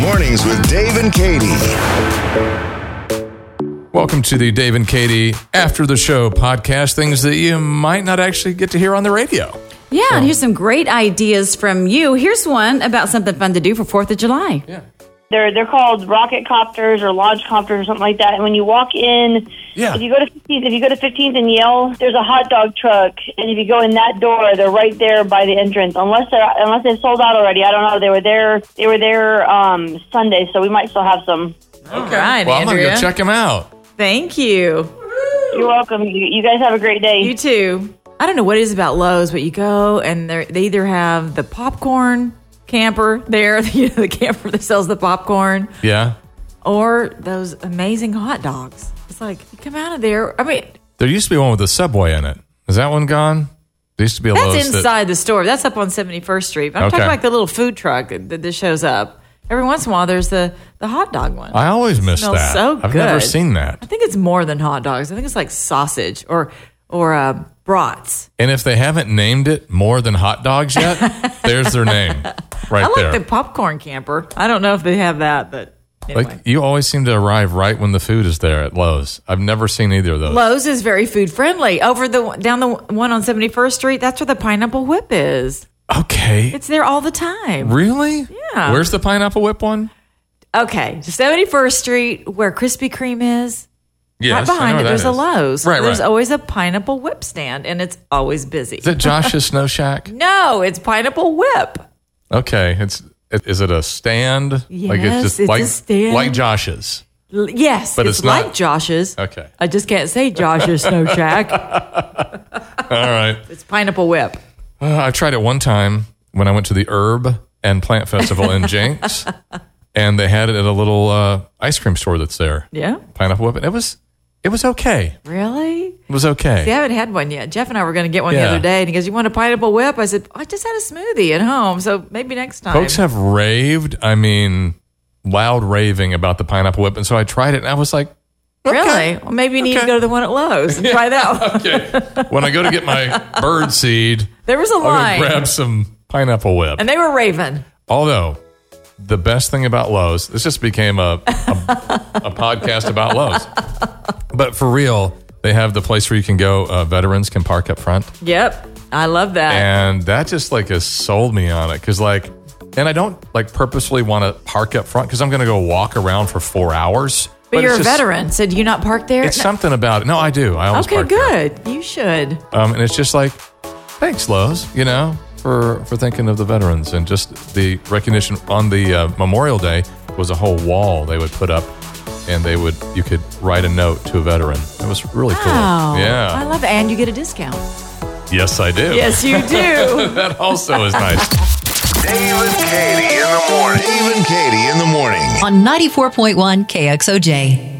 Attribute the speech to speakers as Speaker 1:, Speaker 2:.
Speaker 1: Mornings with Dave and Katie.
Speaker 2: Welcome to the Dave and Katie After the Show podcast, things that you might not actually get to hear on the radio.
Speaker 3: Yeah, and here's some great ideas from you. Here's one about something fun to do for Fourth of July.
Speaker 2: Yeah.
Speaker 4: they're they're called rocket copters or lodge copters or something like that. And when you walk in,
Speaker 2: Yeah.
Speaker 4: if you go to 15th, if you go to 15th and Yale, there's a hot dog truck, and if you go in that door, they're right there by the entrance. Unless they're unless they've sold out already, I don't know. They were there they were there um, Sunday, so we might still have some.
Speaker 2: Okay.
Speaker 3: right,
Speaker 2: well, I'm going to go
Speaker 3: Andrea.
Speaker 2: check them out.
Speaker 3: Thank you.
Speaker 4: You're welcome. You, you guys have a great day.
Speaker 3: You too. I don't know what it is about Lowe's, but you go and they're- they either have the popcorn camper there, you know, the camper that sells the popcorn,
Speaker 2: Yeah.
Speaker 3: or those amazing hot dogs. It's like, you come out of there. I mean,
Speaker 2: There used to be one with a subway in it. Is that one gone? There used to be a
Speaker 3: that's
Speaker 2: Lowe's that-
Speaker 3: inside the store. That's up on 71st Street. But I'm
Speaker 2: Okay.
Speaker 3: talking like the little food truck that, that shows up. Every once in a while, there's the, the hot dog one.
Speaker 2: I always miss
Speaker 3: smells
Speaker 2: that.
Speaker 3: so
Speaker 2: I've never
Speaker 3: good.
Speaker 2: seen that.
Speaker 3: I think it's more than hot dogs. I think it's like sausage or or uh, brats.
Speaker 2: And if they haven't named it more than hot dogs yet, there's their name right
Speaker 3: I like
Speaker 2: there.
Speaker 3: the popcorn camper. I don't know if they have that, but anyway.
Speaker 2: like you always seem to arrive right when the food is there at Lowe's. I've never seen either of those.
Speaker 3: Lowe's is very food friendly. Over the down the one on 71st Street, that's where the pineapple whip is.
Speaker 2: Okay.
Speaker 3: It's there all the time.
Speaker 2: Really?
Speaker 3: Yeah.
Speaker 2: Where's the pineapple whip one?
Speaker 3: Okay, so 71st Street where Krispy Kreme is.
Speaker 2: Yes, I
Speaker 3: right
Speaker 2: know
Speaker 3: behind
Speaker 2: where
Speaker 3: it,
Speaker 2: that
Speaker 3: there's a
Speaker 2: is.
Speaker 3: Lowe's.
Speaker 2: Right,
Speaker 3: there's
Speaker 2: right.
Speaker 3: always a pineapple whip stand, and it's always busy.
Speaker 2: Is it Josh's Snow Shack?
Speaker 3: no, it's pineapple whip.
Speaker 2: Okay, it's it- is it a stand? like it's
Speaker 3: Yes,
Speaker 2: just
Speaker 3: it's a
Speaker 2: like
Speaker 3: stand.
Speaker 2: like Josh's.
Speaker 3: L- Yes,
Speaker 2: But
Speaker 3: it's,
Speaker 2: it's not-
Speaker 3: like Josh's.
Speaker 2: Okay.
Speaker 3: I just can't say Josh's Snow Shack.
Speaker 2: All right,
Speaker 3: It's Pineapple Whip.
Speaker 2: Uh, I tried it one time when I went to the Herb and Plant Festival in Jenks, and they had it at a little uh, ice cream store that's there.
Speaker 3: Yeah.
Speaker 2: Pineapple Whip. and It was it was okay.
Speaker 3: Really?
Speaker 2: It was okay.
Speaker 3: They haven't had one yet. Jeff and I were going to get one
Speaker 2: Yeah.
Speaker 3: the other day, and he goes, "You want a pineapple whip?" I said, "I just had a smoothie at home, so maybe next time."
Speaker 2: Folks have raved. I mean, loud raving about the pineapple whip, and so I tried it, and I was like,
Speaker 3: Really? Well, maybe you need
Speaker 2: Okay.
Speaker 3: to go to the one at Lowe's and try that one.
Speaker 2: okay. when I go to get my bird seed,
Speaker 3: There was a
Speaker 2: I'm
Speaker 3: line,
Speaker 2: gonna grab some pineapple whip.
Speaker 3: and they were raving.
Speaker 2: Although the best thing about Lowe's, this just became a a, a podcast about Lowe's. But for real, they have the place where you can go. Uh, veterans can park up front,
Speaker 3: Yep, I love that.
Speaker 2: and that just like has sold me on it because like, and I don't like purposely want to park up front because I'm going to go walk around for four hours.
Speaker 3: but, you're
Speaker 2: it's
Speaker 3: a
Speaker 2: just-
Speaker 3: veteran, so do you not park there?
Speaker 2: It's
Speaker 3: No.
Speaker 2: something about it. No, I do. I always
Speaker 3: okay,
Speaker 2: park there.
Speaker 3: good. You should.
Speaker 2: Um, and it's just like, thanks, Lowe's, you know, for, for thinking of the veterans and just the recognition on the uh, Memorial Day was a whole wall they would put up and they would, you could write a note to a veteran. It was really cool.
Speaker 3: Wow. I
Speaker 2: Yeah.
Speaker 3: love it, and you get a discount.
Speaker 2: Yes, I do.
Speaker 3: Yes, you do.
Speaker 2: That also is nice.
Speaker 1: Dave and Katie in the morning. Dave and Katie in the morning.
Speaker 5: on 94.1 KXOJ.